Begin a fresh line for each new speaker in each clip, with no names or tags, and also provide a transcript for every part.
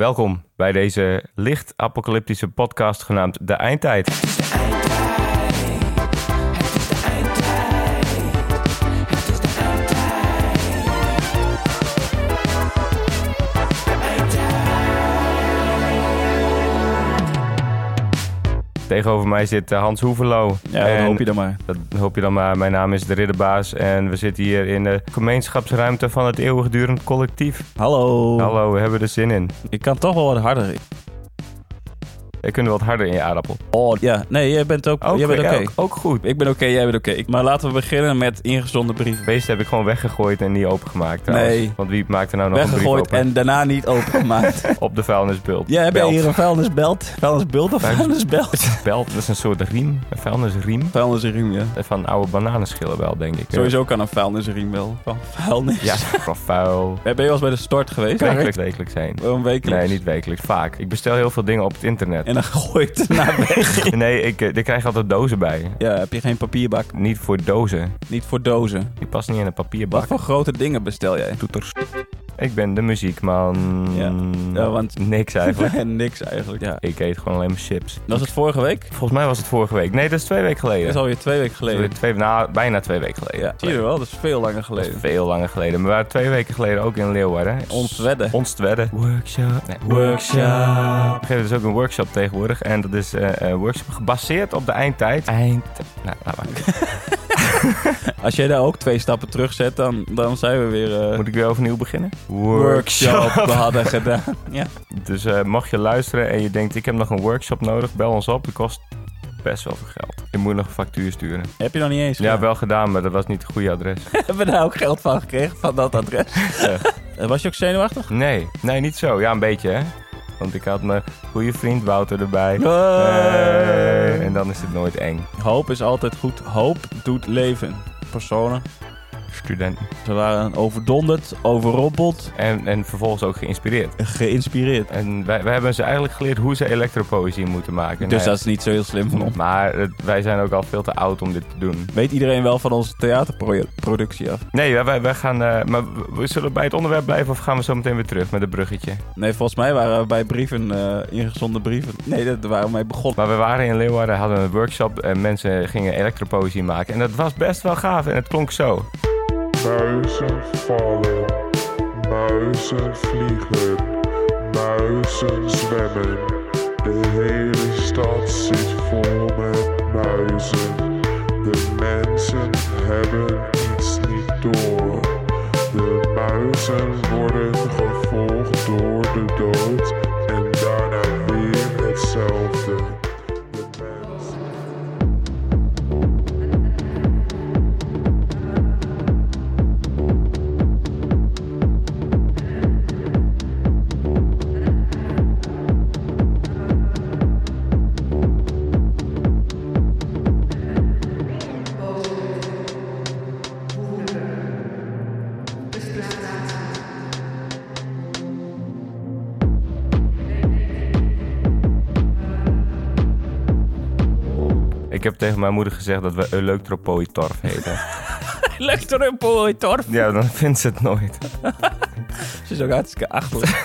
Welkom bij deze licht apocalyptische podcast genaamd De Eindtijd. Tegenover mij zit eh, Hans Hoevelo.
Ja,
En
dat hoop je dan maar.
Dat hoop je dan maar. Mijn naam is De Ridderbaas en we zitten hier in de gemeenschapsruimte van het eeuwigdurend collectief.
Hallo.
Hallo, we hebben er zin in.
Ik kan toch wel wat harder.
We kunnen wat harder in je aardappel.
Oh, ja. Nee, jij bent ook
Ook,
jij bent
ja,
oké.
ook, ook goed.
Ik ben oké, jij bent oké. Ik- Maar laten we beginnen met ingezonden brieven.
Beesten heb ik gewoon weggegooid en niet opengemaakt trouwens.
Nee.
Want wie maakt er nou nog
Weggegooid
een brief
en daarna niet opengemaakt.
open? Op de vuilnisbelt.
ja, heb jij
Belt.
hier een vuilnisbelt? Vuilnisbult of
Vuilnis-
vuilnisbelt?
Belt, dat is een soort riem. Een vuilnisriem.
Vuilnisriem, ja.
Van oude bananenschillen wel, denk ik.
Sowieso kan een vuilnisriem wel. Van vuilnis.
Ja, van vuil.
Ben je wel eens bij de stort geweest?
Wekelijks, wekelijks zijn.
Een wekelijks.
Nee, niet wekelijks. Vaak. Ik bestel heel veel dingen op het internet.
En dan gooit het naar weg.
Nee, ik, eh, ik krijg altijd dozen bij.
Ja, heb je geen papierbak.
Niet voor dozen.
Niet voor dozen.
Die past niet in een papierbak.
Wat voor grote dingen bestel jij?
toeters? Ik ben de muziekman.
Ja. Ja, want-
Niks eigenlijk.
En niks eigenlijk, ja.
ik eet gewoon alleen maar chips.
Dat was het vorige week?
Volgens mij was het vorige week. Nee, dat is twee weken geleden.
Dat is alweer twee weken
Dat is
geleden.
weer twee, nou, bijna twee weken geleden.
Ja, zie je wel, dat is veel langer
Dat is
geleden.
veel langer geleden. Maar we waren twee weken geleden ook in Leeuwarden.
Ons wedden.
Ons te wedden. Workshop. Nee.
Workshop.
We geven dus ook een workshop tegenwoordig. En dat is eh, een workshop gebaseerd op de eindtijd. Eind... Nou, laat maar.
Als jij daar ook twee stappen terug zet, dan, dan zijn we weer... eh,
Moet ik weer overnieuw beginnen?
workshop we hadden gedaan. Ja.
Dus eh mocht je luisteren en je denkt, ik heb nog een workshop nodig, bel ons op. Het kost best wel veel geld. Je moet nog een factuur sturen.
Heb je nog niet eens
Ja, wel gedaan, maar dat was niet het goede adres.
Hebben we daar ook geld van gekregen, van dat adres?
Ja.
Eh, Was je ook zenuwachtig?
Nee, nee, niet zo. Ja, een beetje, hè. Want ik had mijn goede vriend Wouter erbij. Eh, en dan is het nooit eng.
Hoop is altijd goed. Hoop doet leven. Personen.
Studenten.
Ze waren overdonderd, overrompeld,
En, en vervolgens ook geïnspireerd.
geïnspireerd.
En wij, wij hebben ze eigenlijk geleerd hoe ze elektropoëzie moeten maken.
Dus
Nou
dat is niet zo heel slim van
ja.
ons.
Maar het- wij zijn ook al veel te oud om dit te doen.
Weet iedereen wel van onze theaterproductie af?
Nee, wij- wij, wij gaan. eh, maar we- we zullen bij het onderwerp blijven of gaan we zo meteen weer terug met een bruggetje?
Nee, volgens mij waren we bij brieven, eh ingezonde brieven. Nee, dat daar waren we mee begonnen.
Maar we waren in Leeuwarden, hadden een workshop en mensen gingen elektropoëzie maken. En dat was best wel gaaf en het klonk zo.
Muizen vallen, muizen vliegen, muizen zwemmen. De hele stad zit vol met muizen. De mensen hebben iets niet door. De muizen worden gevolgd door de dood en daarna weer hetzelfde. De mensen.
Ik heb tegen mijn moeder gezegd dat we elektropoëtorf heten.
Lectorumpooi, torf.
ja, dan vindt ze het nooit.
Ze is ook hartstikke achterlijk.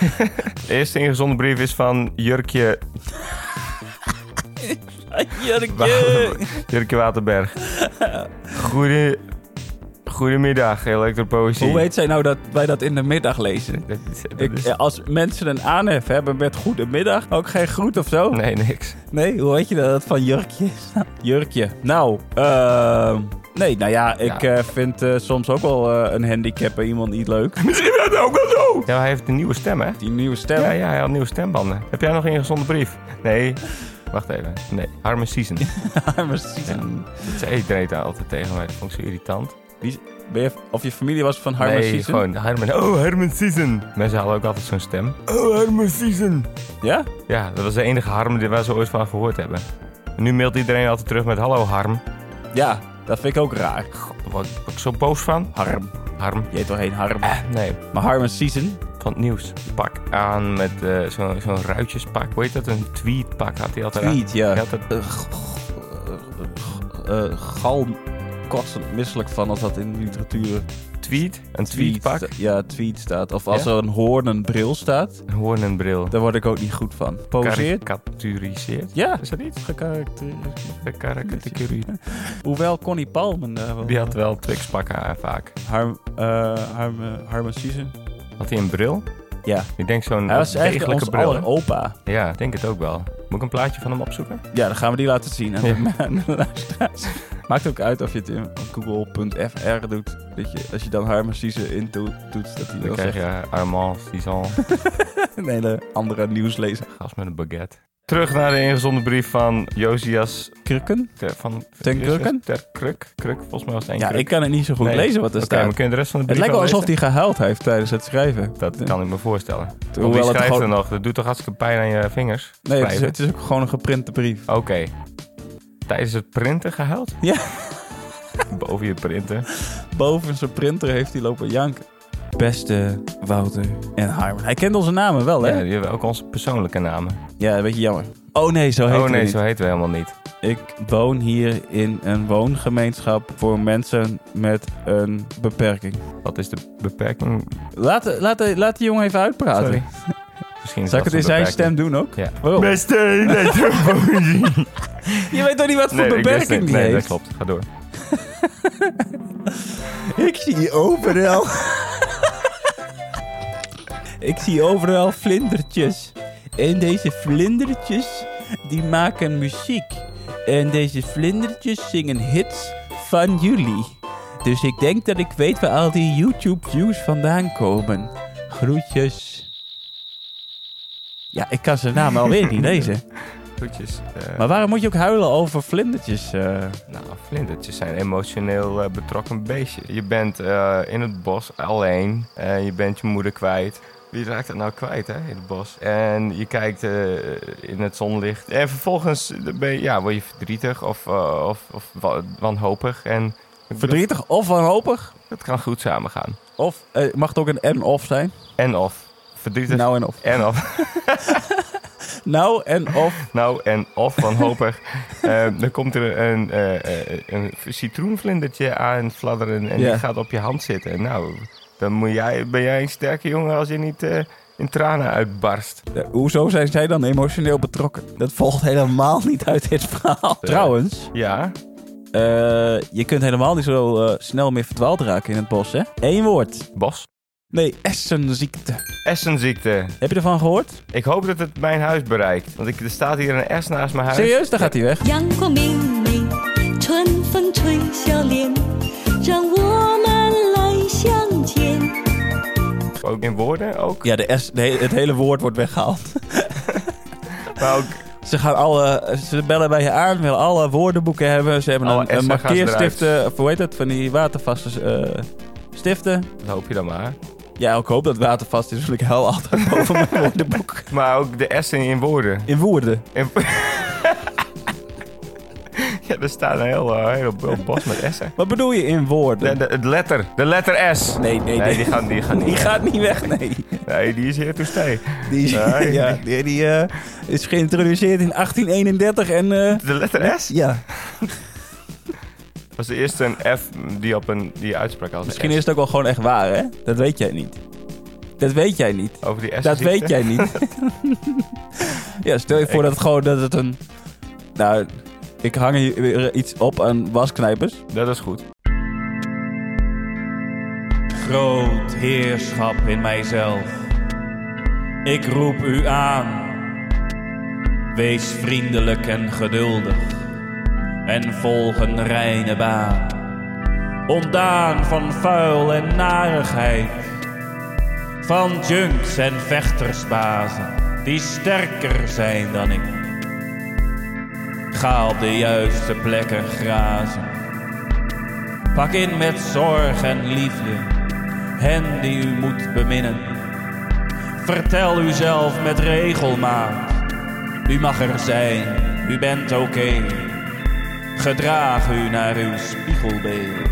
De eerste ingezonden brief is van Jurkje,
Jurkje.
Jurkje Waterberg. Goede, goedemiddag, elektropoëzie.
Hoe weet zij nou dat wij dat in de middag lezen?
Dat is- dat
Ik,
is-
eh, als mensen een aanhef hebben met goedemiddag, ook geen groet of zo?
Nee, niks.
Nee, hoe weet je dat het van jurkje is? jurkje. Nou, ehm, nee, nou ja, ik
Ja.
eh, vind eh, soms ook wel eh, een handicap en iemand niet leuk.
Misschien dat ook wel zo. Ja, hij heeft een nieuwe stem, hè?
Die nieuwe stem.
Ja, ja, hij had nieuwe stembanden. Heb jij nog een gezonde brief? Nee. Wacht even. Nee, Harmen Season.
Maar Susan,
Dat zei iedereen daar altijd tegen mij. Dat vond ik zo irritant.
wie- ben je, of je familie was van Harman
nee,
Season?
gewoon Harmen. Oh, Harmen Season. Mensen hadden ook altijd zo'n stem. Oh, Harmen Season.
Ja?
Ja, dat was de enige Harm die waar ze ooit van gehoord hebben. En nu mailt iedereen altijd terug met hallo Harm.
Ja, dat vind ik ook raar.
God, Word word ik zo boos van?
Harm.
Harm. Eh,
Je heet toch geen Harm?
Nee,
Maar Harm en Season?
van het nieuws. Pak aan met eh, zo'n zo'n ruitjespak. Hoe heet dat? Een
Eh,
tweetpak had hij altijd aan.
Tweet, ja.
Hij had dat-
Eh, g- eh, g- eh, gal... misselijk van als dat in de literatuur
Tweet? Een tweetpak?
sta- Ja, tweet staat. Of als
Ja?
er een hoorn en bril staat,
Een hoorn en bril.
daar word ik ook niet goed van. Poseert?
Karikaturiseerd?
Ja.
Is dat niet?
Gekarakteriseerd.
Karikaturiseerd.
Hoewel Connie Palmen daar wel...
Die had wel trickspakken aan vaak.
Harm, eh Harm, eh, Harm Season.
Had hij een bril?
Ja.
Ik denk zo'n
Hij was eigenlijk
degelijke
onze
bril.
aller opa.
hè? Ja, ik denk het ook wel. Moet ik een plaatje van hem opzoeken?
Ja, dan gaan we die laten zien aan,
Ja.
de, aan de luisteraars. Maakt ook uit of je het in google.fr doet. Dat je, als je dan Harm Season in toe- toetst, dat hij
Dan
wel
krijg
zegt
je Armand Cizan,
een hele andere nieuwslezer.
gast met een baguette. Terug naar de ingezonden brief van Josias
Krukken?
ter, van
Ten Krukken?
Ter Kruk. Kruk, volgens mij was het één
Ja,
kruk.
ik kan het niet zo goed
Nee.
lezen wat er
Oké,
staat.
maar kun je de rest van de
Het
brief
lijkt wel alsof
lezen?
hij gehuild heeft tijdens het schrijven.
Dat kan ik me voorstellen. Want
Hoewel
wie
het
schrijft
gewoon-
er nog? Dat doet toch hartstikke pijn aan je vingers?
Nee, het is,
Schrijven.
het is ook gewoon een geprinte brief.
Oké. Tijdens het printen gehuild?
Ja.
Boven je printen.
Boven zijn printer heeft hij lopen janken. Beste Wouter en Harmon. Hij kent onze namen wel, hè?
Ja,
Ja,
die hebben ook onze persoonlijke namen.
een beetje jammer. Oh nee, zo heet
oh
hij
nee,
niet.
zo heten we helemaal niet.
Ik woon hier in een woongemeenschap voor mensen met een beperking.
Wat is de beperking?
Laat, de- laat, de- laat die jongen even uitpraten.
Sorry. Misschien is
Zal ik
dat
het
zo'n
in zijn
beperking.
stem doen ook?
Ja.
Waarom?
Beste nee,
Je weet toch niet wat voor
ik wist
beperking
het.
die
nee, dat
heeft?
klopt. Ga door.
Ik zie overal. Ik zie overal vlindertjes. En deze vlindertjes, die maken muziek. En deze vlindertjes zingen hits van jullie. Dus ik denk dat ik weet waar al die YouTube-views vandaan komen. Groetjes. Ja, ik kan zijn naam alweer niet lezen.
Groetjes. eh,
Maar waarom moet je ook huilen over vlindertjes? eh?
Nou, vlindertjes zijn emotioneel eh, betrokken beestje. Je bent eh, in het bos alleen. En je bent je moeder kwijt. Wie raakt dat nou kwijt, hè, in het bos? En je kijkt eh, in het zonlicht. En vervolgens eh, ben je, ja, word je verdrietig of, eh, of, of wa- wanhopig. En
verdrietig of wanhopig?
dat kan goed samengaan.
Of eh, mag het ook een en-of zijn?
En of. Verdrietig
Nou en of.
en of.
Nou en of.
Nou, en of wanhopig. Eh, dan komt er een, eh, eh, een citroenvlindertje aan fladderen en
Ja.
die gaat op je hand zitten. Nou, dan moet jij, ben jij een sterke jongen als je niet eh, in tranen uitbarst.
Ja, eh, hoezo zijn zij dan emotioneel betrokken? Dat volgt helemaal niet uit dit verhaal. Eh. Trouwens,
Ja,
eh, je kunt helemaal niet zo eh, snel meer verdwaald raken in het bos, hè? Eén woord.
Bos.
Nee, essenziekte.
Essenziekte.
Heb je ervan gehoord?
Ik hoop dat het mijn huis bereikt. Want ik, er staat hier een S naast mijn huis.
Serieus? Daar gaat hij weg.
阳光明媚，春风吹笑脸，让我们来相见。
Ook in woorden ook.
Ja, de S, de he- het hele woord wordt weggehaald.
Maar ook
Ze, gaan alle, ze bellen bij je aan, willen alle woordenboeken hebben. Ze hebben
Alle
een, een
S'en gaan ze
markeerstiften, of hoe heet dat, van die watervaste eh, stiften.
dat hoop je dan maar.
Ja, ik hoop dat watervast is, want ik huil altijd boven mijn woordenboek.
Maar ook de S in woorden.
In woorden.
In... ja, er staat een heel, eh, heel, heel bos met S'en.
Wat bedoel je in woorden?
De, de, het letter. De letter S.
Nee, nee, nee.
die gaan, die gaan niet.
Die gaat niet weg, nee.
Nee, die is hier to stay.
Die, is-
Nee.
ja, die, die, eh, is geïntroduceerd in 1831 en... eh,
De letter S?
ja.
was de eerste een F die op een die uitspraak had.
Misschien
S.
is het ook wel gewoon echt waar, hè? Dat weet jij niet. Dat weet jij niet.
Over die S.
Dat weet jij niet. ja, stel je voor dat het gewoon dat het een... Nou, ik hang hier weer iets op aan wasknijpers.
Dat is goed.
groot heerschap in mijzelf. Ik roep u aan. Wees vriendelijk en geduldig en volg een reine baan. Ontdaan van vuil en narigheid, van junks en vechtersbazen die sterker zijn dan ik. Ga op de juiste plekken grazen. Pak in met zorg en liefde hen die u moet beminnen. Vertel uzelf met regelmaat. U mag er zijn, u bent oké. Gedraag u naar uw spiegelbeeld.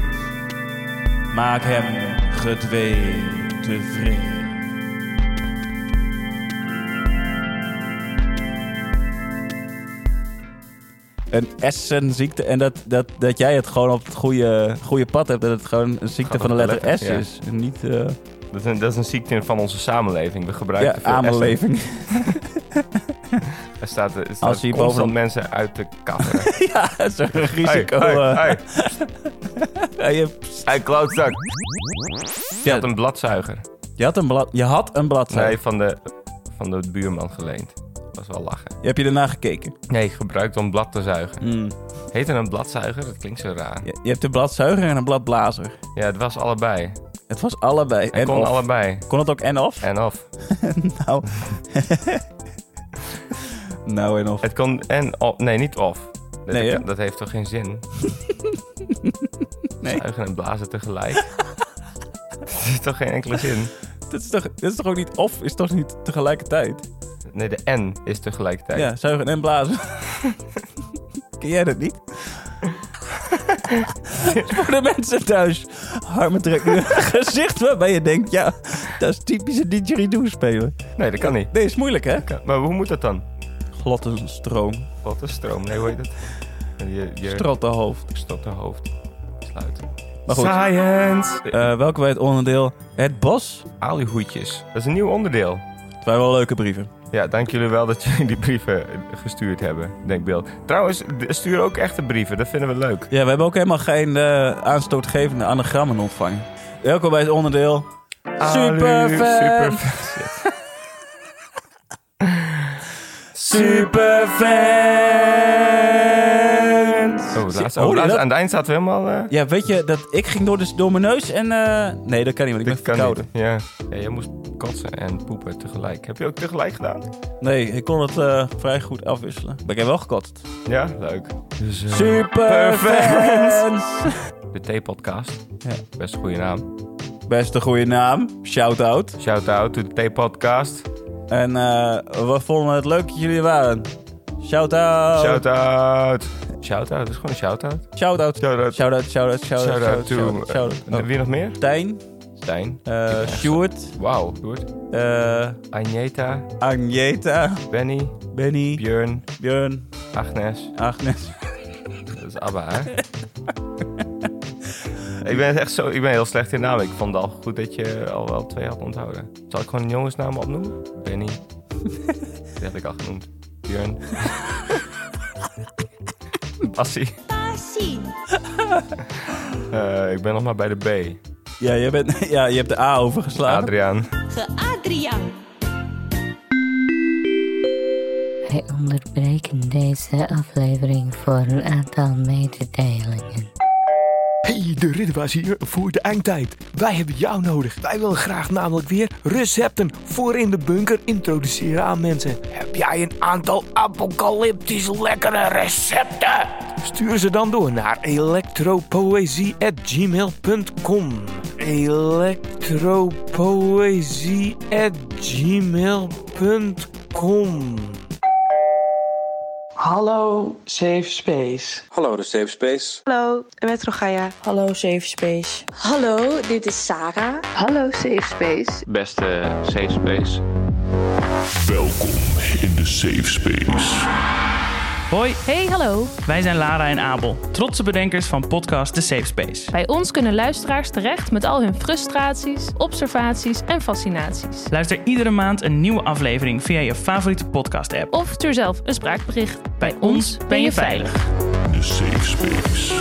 Maak hem gedwee tevreden. een Essen-ziekte. En dat, dat, dat jij het gewoon op het goede, goede pad hebt. Dat het gewoon een ziekte
Gaat
van de
op de
letter S
letter, ja.
is. En niet eh
Dat is, een, dat is een ziekte van onze samenleving. We gebruiken
ja,
te veel
aanbeleving.
Essen. Er staat, er staat
Als je
constant
boven-
mensen uit de katten.
ja, dat is een risico.
hey,
eh.
hey,
Ja, je,
hey, klootzak. Je
ja,
had een bladzuiger.
je, had een blad, je had een bladzijde.
Nee, van de, van de buurman geleend. was wel lachen.
Heb je daarna gekeken?
Nee, gebruikt om blad te zuigen.
Hmm.
Heet het een bladzuiger? Dat klinkt zo raar.
Je, je hebt een bladzuiger en een bladblazer.
Ja, het was allebei.
Het was allebei.
Hij
en
kon
of.
allebei.
Kon het ook en of?
En of.
Nou. nou en of.
Het kon en of. Nee, niet of. Dat,
Nee, hè?
dat heeft toch geen zin?
Nee.
Zuigen en blazen tegelijk. Dat heeft toch geen enkele zin?
Dat is, toch, dat is toch ook niet of, is toch niet tegelijkertijd?
Nee, de N is tegelijkertijd.
Ja, zuigen en blazen. Ken jij dat niet? Voor de mensen thuis. Harmen trekt nu een gezicht waarbij je denkt, ja, dat is typische didgeridoo spelen.
Nee, dat kan niet.
Nee, is moeilijk hè?
Kan- Maar hoe moet dat dan?
Glad als een stroom.
Wat een stroom. Nee, hoe heet het? Je, je
Stratte hoofd.
stopt de hoofd. Sluiten.
Maar goed.
Science! Eh,
Eh welke wij het onderdeel? Het bos.
Aliehoedjes. Dat is een nieuw onderdeel.
Het waren wel leuke brieven.
Ja, dank jullie wel dat jullie die brieven gestuurd hebben, denkbeeld. Trouwens, d- stuur ook echte brieven, dat vinden we leuk.
Ja, we hebben ook helemaal geen eh, aanstootgevende anagrammen ontvangen. Welkom bij het onderdeel.
Ah,
Super
Alu-
fan.
Superfans! Oh, laatst,
Hoor
oh,
je
laatst,
dat?
aan het eind zaten we helemaal... eh,
Ja, weet je, dat, ik ging door, de, door mijn neus en... eh, nee, dat kan niet, want ik
dit kan
ben verkouden.
niet. Ja. ja, jij moest kotsen en poepen tegelijk. Heb je ook tegelijk gedaan?
Nee, ik kon het eh, vrij goed afwisselen. Maar ik heb wel gekotst.
Ja, leuk. Dus, eh,
Superfans!
De T-podcast.
Ja.
Best een goede naam.
Best een goede naam. Shout-out.
Shout-out to de T-podcast.
En eh, we vonden het leuk dat jullie er waren. Shout-out.
Shout-out. Shout-out, dat is gewoon een shout-out.
Shout-out.
Shout-out.
Shout-out. Shout-out. Shout-out.
Shout-out to...
Shout-out.
eh,
Shout-out.
en Wie nog meer?
Oh, Tijn.
Stijn.
eh Sjoerd.
Wauw. Goed.
eh
Agneta,
Agneta.
Benny,
Benny.
Björn,
Björn.
Agnes.
Agnes.
Dat is ABBA, hè? ik, ben echt zo, ik ben heel slecht in namen. Ik vond het al goed dat je al wel twee had onthouden. Zal ik gewoon een jongensnaam opnoemen? Benny. Die had ik al genoemd. Björn. Bassie.
八系
Eh, ik ben nog maar bij de B.
Ja, je, bent, ja, je hebt de A overgeslagen.
Adriaan.
和 Adriaan。
Wij onderbreken deze aflevering voor een aantal mededelingen.
Hey, de Ridderbaas hier voor de eindtijd. Wij hebben jou nodig. Wij willen graag namelijk weer recepten voor in de bunker introduceren aan mensen. Heb jij een aantal apocalyptisch lekkere recepten? Stuur ze dan door naar electropoëzie@gmail.com. electropoëzie@gmail.com.
Hallo Safe Space.
Hallo de Safe Space.
Hallo, Metro Gaia.
Hallo Safe Space.
Hallo, dit is Sarah.
Hallo Safe Space.
Beste safe space.
Welkom in de safe space.
Hoi. Hey, hallo. Wij zijn Lara en Abel, trotse bedenkers van podcast The Safe Space. Bij ons kunnen luisteraars terecht met al hun frustraties, observaties en fascinaties. Luister iedere maand een nieuwe aflevering via je favoriete podcast-app. Of stuur zelf een spraakbericht. Bij ons ben je veilig.
De safe space.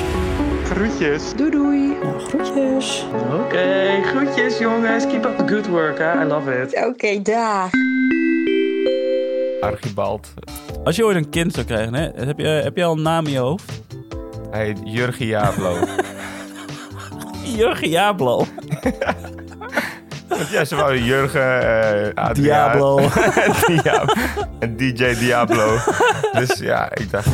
Doei doei.
Nou, groetjes.
Oké, groetjes jongens. Keep up the good work, I love it.
Oké, dag.
Archibald.
Als je ooit een kind zou krijgen, hè, heb, je, heb je al een naam in je hoofd?
Hij heet Jurgen Javlo.
Jurgen Jablo.
ja, ze waren Jurgen, eh Adriaan.
Diablo.
Diab- en DJ Diablo. dus ja, ik dacht...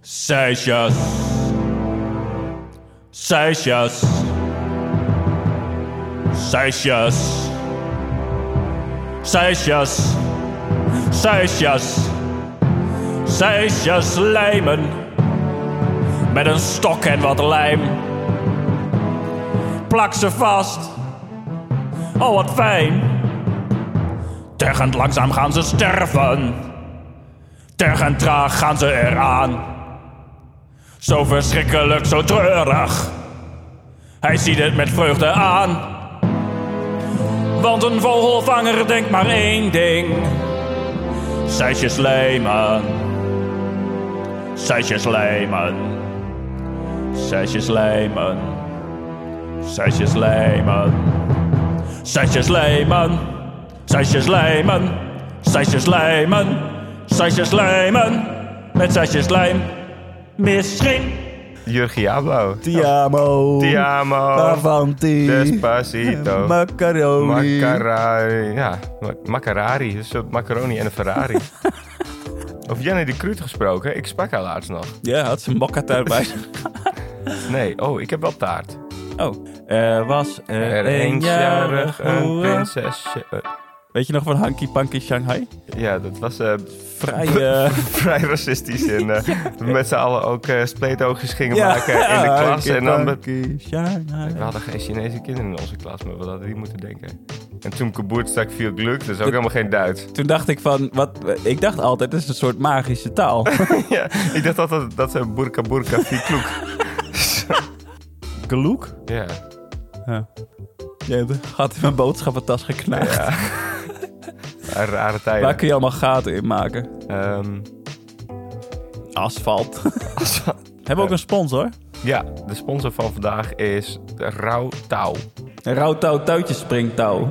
Seisjes. Seisjes. Seisjes. Seisjes. Seisjes. Seisjes lijmen. Met een stok en wat lijm. Plak ze vast. Oh, wat fijn.
Tergend langzaam gaan ze sterven. Tergend traag gaan ze eraan. Zo verschrikkelijk, zo treurig. Hij ziet het met vreugde aan. Want een vogelvanger denkt maar één ding. Zijsjes lijmen. Zijsjes lijmen. Zijsjes lijmen. Zijsjes lijmen. Zijsjes lijmen. Zijsjes lijmen. Zijsjes lijmen. Zijsjes lijmen. Met zijsjes lijm. Misschien.
Jurgiabo.
Tiamo.
Tiamo.
Avanti.
Despacito.
Macaroni.
Macarari. Ja, ma- macarari. Dus een macaroni en een Ferrari. Over Janne de Kruut gesproken. Ik sprak haar laatst nog.
Ja, had ze een mokka taart bij zich.
Nee, oh, ik heb wel taart.
Oh, er was er,
Er eensjarig een prinsesje. eh,
Weet je nog van Hanky Panky Shanghai?
Ja, dat was eh,
Vrij, eh,
vrij racistisch. En eh, we met z'n allen ook eh spleetoogjes gingen maken in de
Hanky
klas. En dan met-
Panky Shanghai.
We hadden geen Chinese kinderen in onze klas, maar we hadden die moeten denken. En toen Kaboertstak viel Gluk, dat is ook helemaal geen Duits.
Toen dacht ik van, wat, ik dacht altijd, het is een soort magische taal.
ja, ik dacht altijd dat ze Burka Burka Fikloek.
Geloek?
ja,
Ja. Jij had in mijn boodschappentas geknaagd.
een rare
Waar
tijden.
kun je allemaal gaten in maken?
Ehm,
Asfalt. Hebben we ook een sponsor?
ja, de sponsor van vandaag is de Rauw Touw.
Rauwtouw, touwtjes, springtouw.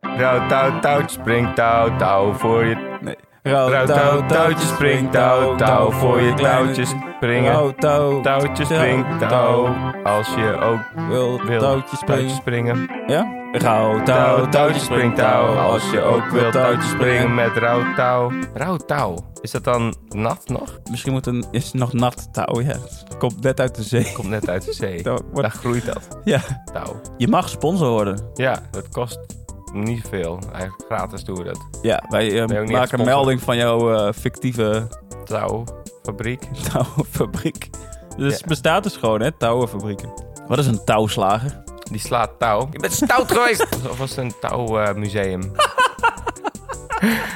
Rauw Touw, touwtje, spring touw, touw voor je...
Nee.
Rauw Touw, touwtje, spring touw, touw voor je touwtjes springen.
Rauwtouw,
Touwtje, spring touw, als je ook
Wil
wil
touwtjes
touwtje
springen.
springen.
Ja? Rauwtouw,
touw, touwtje
touwtjes,
springtouw.
springtouw.
Als je ook wilt touwtje
touwtjes
springen met rouwtouw. Rouwtouw. Is dat dan nat nog?
Misschien moet een, is het nog nat touw, ja. Het Komt net uit de zee.
Komt net uit de zee.
Touw, wat-
Daar groeit dat.
Ja.
Touw.
Je mag sponsor worden.
Ja, dat kost niet veel. Eigenlijk gratis doen we dat.
Ja, wij eh,
Ben je ook niet
maken
een
een
sponsor?
melding van jouw eh, fictieve
Touwfabriek.
touwfabriek. Dus
Ja.
bestaat dus gewoon, hè, touwenfabrieken. Wat is een touwslager?
Die slaat touw. Je bent stout geweest! Of was het een touwmuseum?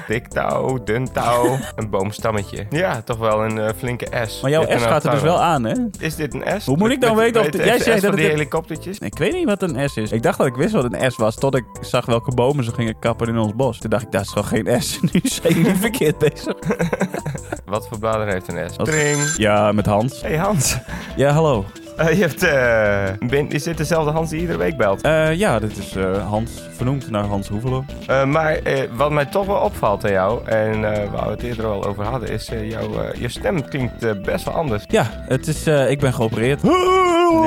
Dik touw, dun touw, een boomstammetje. Ja, toch wel een eh, flinke S.
Maar jouw
Dit en
S gaat er
touw.
dus wel aan, hè?
Is dit een S?
Hoe moet ik dan
Met-
weten of
met-
dit-
met
jij
de
zei
S van
dat
die
het-
helikoptertjes?
Ik weet niet wat een S is. Ik dacht dat ik wist wat een S was, tot ik zag welke bomen ze gingen kappen in ons bos. Toen dacht ik, dat is gewoon geen S. Nu zijn jullie verkeerd bezig.
Wat voor bladeren heeft een S?
Wat-
Tring.
Ja, met Hans.
Hey Hans.
Ja, hallo.
Eh, je hebt, eh, ben- is dit dezelfde Hans die iedere week belt?
Eh, ja, dit is eh, Hans, vernoemd naar Hans Hoevelo.
Eh, maar eh, wat mij toch wel opvalt aan jou, en eh, waar we het eerder al over hadden, is eh jouw eh, je stem klinkt eh, best wel anders.
Ja, het is, eh, ik ben geopereerd.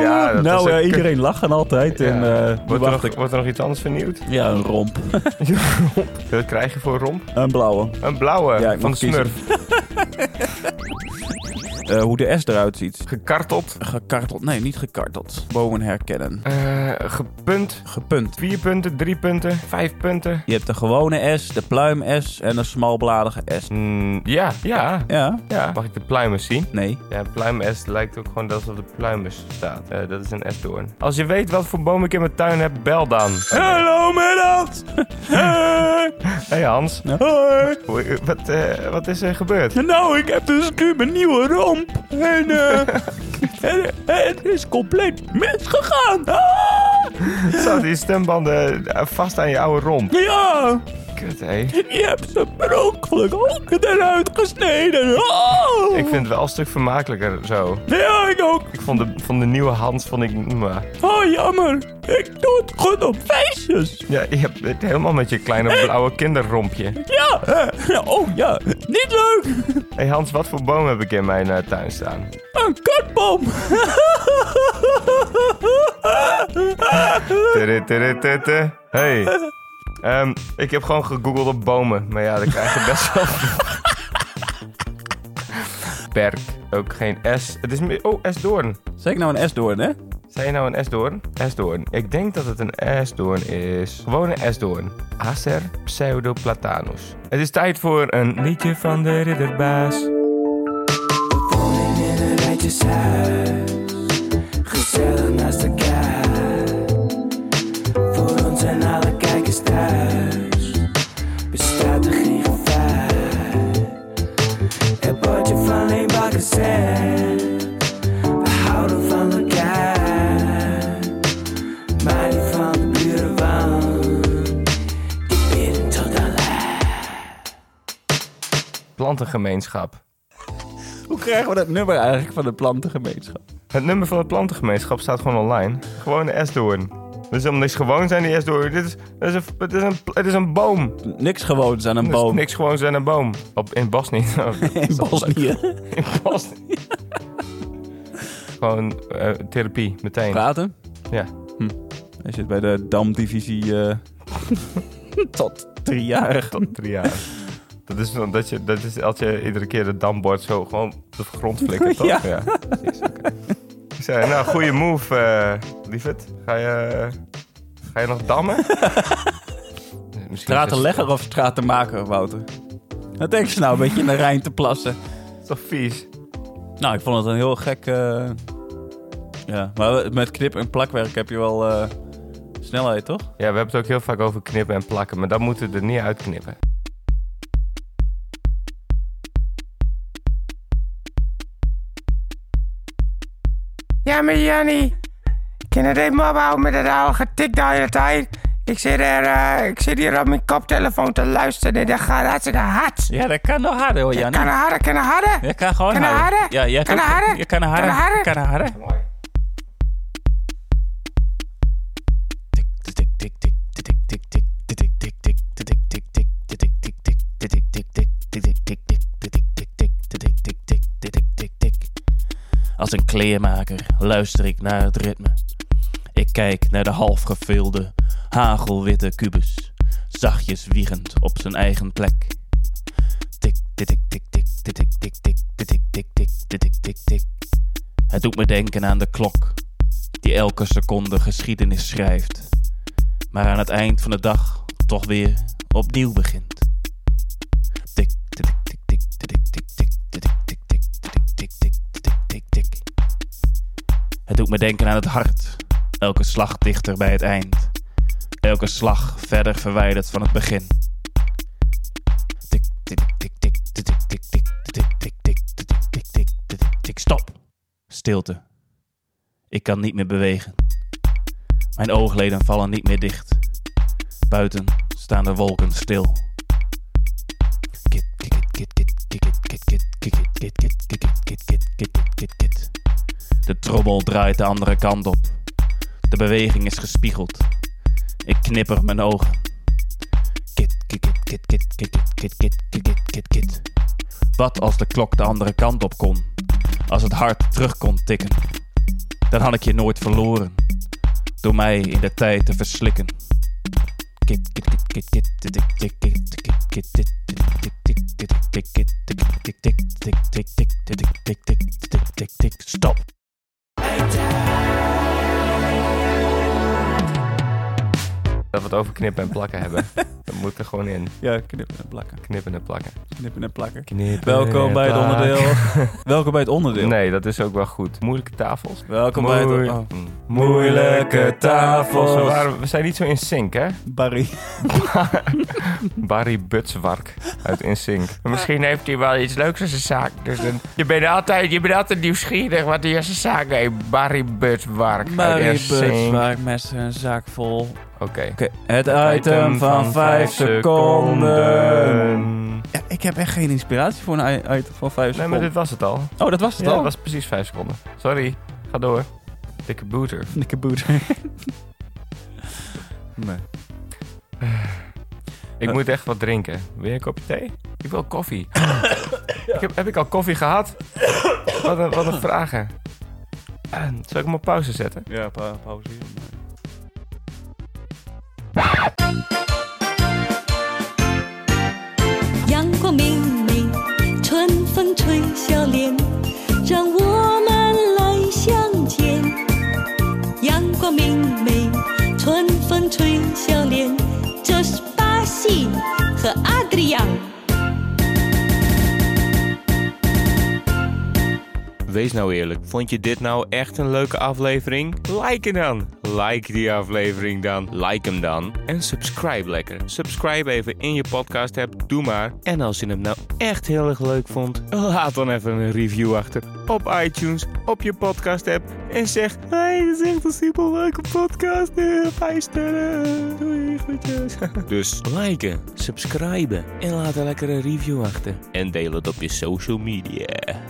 Ja, dat
nou,
is een
eh, iedereen lacht en altijd. En
Ja.
eh, nu
wordt, er
wacht
nog,
ik.
wordt er nog iets anders vernieuwd?
Ja, een romp.
Wat krijg je voor romp?
een blauwe.
Een blauwe
Ja, ik
van
mag
Smurf.
Eh, hoe de S eruit ziet.
Gekarteld,
Gekarteld. Nee, niet gekarteld. Bomen herkennen.
eh, gepunt,
Gepunt.
vier punten, drie punten, vijf punten.
Je hebt de gewone S, de pluim S en een smalbladige S.
Mm, ja, ja,
Ja?
ja. Mag ik de pluimen zien?
Nee.
Ja, pluim-S lijkt ook gewoon alsof er pluimus staat. Eh, dat is een S-doorn. Als je weet wat voor boom ik in mijn tuin heb, bel dan.
Hallo, Menat! Hey!
Hey Hans,
Hoi!
Hoe- wat, eh, wat is er gebeurd?
Nou, ik heb dus nu mijn nieuwe romp. En, eh, en, eh, het is compleet misgegaan. Ah!
Zaten die stembanden eh, vast aan je oude romp?
Ja!
Kut, hé.
Je hebt ze per ongeluk ook eruit gesneden. Ah!
Ik vind het wel een stuk vermakelijker zo.
Ja, ik ook.
Ik vond de, van de nieuwe Hans, vond ik... mwah.
Oh, jammer. Ik doe het goed op feestjes.
Ja, je hebt het helemaal met je kleine blauwe kinderrompje.
Ja. eh, ja, oh ja. Niet leuk.
Hé hey Hans, wat voor boom heb ik in mijn eh, tuin staan?
Een kutbom.
Tudutudutudu. Hey. Ehm, ik heb gewoon gegoogeld op bomen. Maar ja, dan krijg je best wel... Berk. Ook geen S. Het is meer... Oh, S-doorn.
Zeg ik nou een S door, hè?
Zei je nou een S-doorn? S-doorn. Ik denk dat het een S-doorn is. Gewoon een S-doorn. Acer pseudoplatanus. Het is tijd voor een liedje van de ridderbaas.
Gezellig naast elkaar. Voor ons en alle kijkers thuis.
van pure waan. Ik ben tot Allah.
Plantengemeenschap.
Hoe krijgen we dat nummer eigenlijk van de plantengemeenschap?
Het nummer van de plantengemeenschap staat gewoon online. Gewoon de esdoorn. Dus om niks gewoon zijn die esdoorn. Dit is, dit is een, het, is een, het is een boom.
Niks gewoons aan een boom.
Niks gewoon zijn een boom. Op, in Bosnië.
In Bosnië.
in Bosnië. gewoon eh, therapie, meteen.
Praten?
Ja.
Hm. Hij zit bij de damdivisie eh, tot drie jaar.
Tot drie jaar. Dat is, dan- dat, je, dat is als je iedere keer het dambord zo gewoon op de grond flikkert, toch?
Ja.
precies. oké. Ik zei, nou, goede move, eh lieverd. Ga je, ga je nog dammen? Eh, Misschien is het-
Stratenlegger of stratenmaker, Wouter? Dat denk je nou, een beetje in de Rijn te plassen.
Dat is toch vies?
Nou, ik vond het een heel gek... eh, Ja, maar met knip en plakwerk heb je wel eh, snelheid, toch?
Ja, we hebben het ook heel vaak over knippen en plakken, maar dat moeten we er niet uitknippen.
Ja, maar Jannie. Kinderen deed mama houden met het oude tik de hele tijd. Ik zit, er, eh, ik zit hier op mijn koptelefoon te luisteren en dan gaat ze de hard.
Ja, dat kan nog harder hoor, Janne.
Kan er harder, kan er harder.
Je kan gewoon
Kan er
harder.
harder?
Ja, jij
Kan
kan,
er harder?
Je kan harder.
Kan er harder?
Kan er harder.
Als een kleermaker luister ik naar het ritme. Ik kijk naar de halfgevulde, hagelwitte kubus, zachtjes wiegend op zijn eigen plek. Tik, tik, tik, tik, tik, tik, tik, tik, tik, tik, tik, tik, tik, tik, tik, tik. Het doet me denken aan de klok, die elke seconde geschiedenis schrijft, maar aan het eind van de dag toch weer opnieuw begint. Tik, tik, tik, tik, tik, tik, tik, tik, tik, tik, tik, tik, tik, tik, tik, tik, tik. Het doet me denken aan het hart. Elke slag dichter bij het eind. Elke slag verder verwijderd van het begin. Tik, tik, tik, tik, tik, tik, tik, tik, tik, tik, tik, tik, tik, tik, tik, tik, tik. Stop. Stilte. Ik kan niet meer bewegen. Mijn oogleden vallen niet meer dicht. Buiten staan de wolken stil. Kit, kit, kit, kit, kit, kit, kit, kit, kit, kit, kit, kit, kit, kit, kit, kit, kit, kit. De trommel draait de andere kant op. De beweging is gespiegeld. Ik knipper mijn ogen. Kit, kit, kit, kit, kit, kit, kit, kit, kit, kit, kit. Wat als de klok de andere kant op kon? Als het hart terug kon tikken? Dan had ik je nooit verloren. Door mij in de tijd te verslikken. Kit, kit, kit, kit, kit, tik, tik, tik, tik, kit, tik, tik, tik, tik, tik, tik, tik, tik, tik, tik, tik, tik, tik, tik, tik, tik, tik, tik. Stop.
Dat we het over knippen en plakken hebben. Dat moet er gewoon in.
Ja, knippen en plakken.
Knippen en plakken.
Knippen en plakken.
Knippen
Welkom
en
bij het
plakken.
onderdeel. Welkom bij het onderdeel.
Nee, dat is ook wel goed. Moeilijke tafels.
Welkom bij het-
Moei-
oh.
Moeilijke tafels.
We
We,
waren-
zijn niet zo in sync, hè?
Barry.
Barry Butswark uit InSync.
Misschien heeft hij wel iets leuks in zijn zaak. Dus dan, je, bent altijd, je bent altijd nieuwsgierig wat hij in zijn zaak heeft. Barry Butswark.
Barry Butts
Butswark.
maakt met zijn zak vol. Oké.
Het
Het
item
item
van
van 5
vijf
seconden.
seconden.
Ja, ik heb echt geen inspiratie voor een i- item van 5 seconden.
Nee, maar dit was het al.
Oh, dat was het
Ja,
al?
dat was precies vijf seconden. Sorry. Ga door. Dikke booter.
De kabouter. nee.
Ik
Eh.
moet echt wat drinken. Wil je een kopje thee? Ik wil koffie. ik heb, heb ik al koffie gehad? wat, een, wat een vragen. Eh, zal ik hem op pauze zetten?
Ja, pa pauze hier.
阳光明媚，春风吹笑脸，让我们来相见。阳光明媚，春风吹笑脸，这是巴西和阿德里亚。
We Wees nou eerlijk. Vond je dit nou echt een leuke aflevering? Like het dan. Like die aflevering dan. Like hem dan. En subscribe lekker. Subscribe even in je podcast app. Doe maar. En als je hem nou echt heel erg leuk vond, laat dan even een review achter. Op iTunes, op je podcast app. En zeg, hey, dit is echt een super leuke podcast. Eh, Vijf sterren. Doei, groetjes. Dus liken, subscriben en laat er lekker een review achter. En deel het op je social media.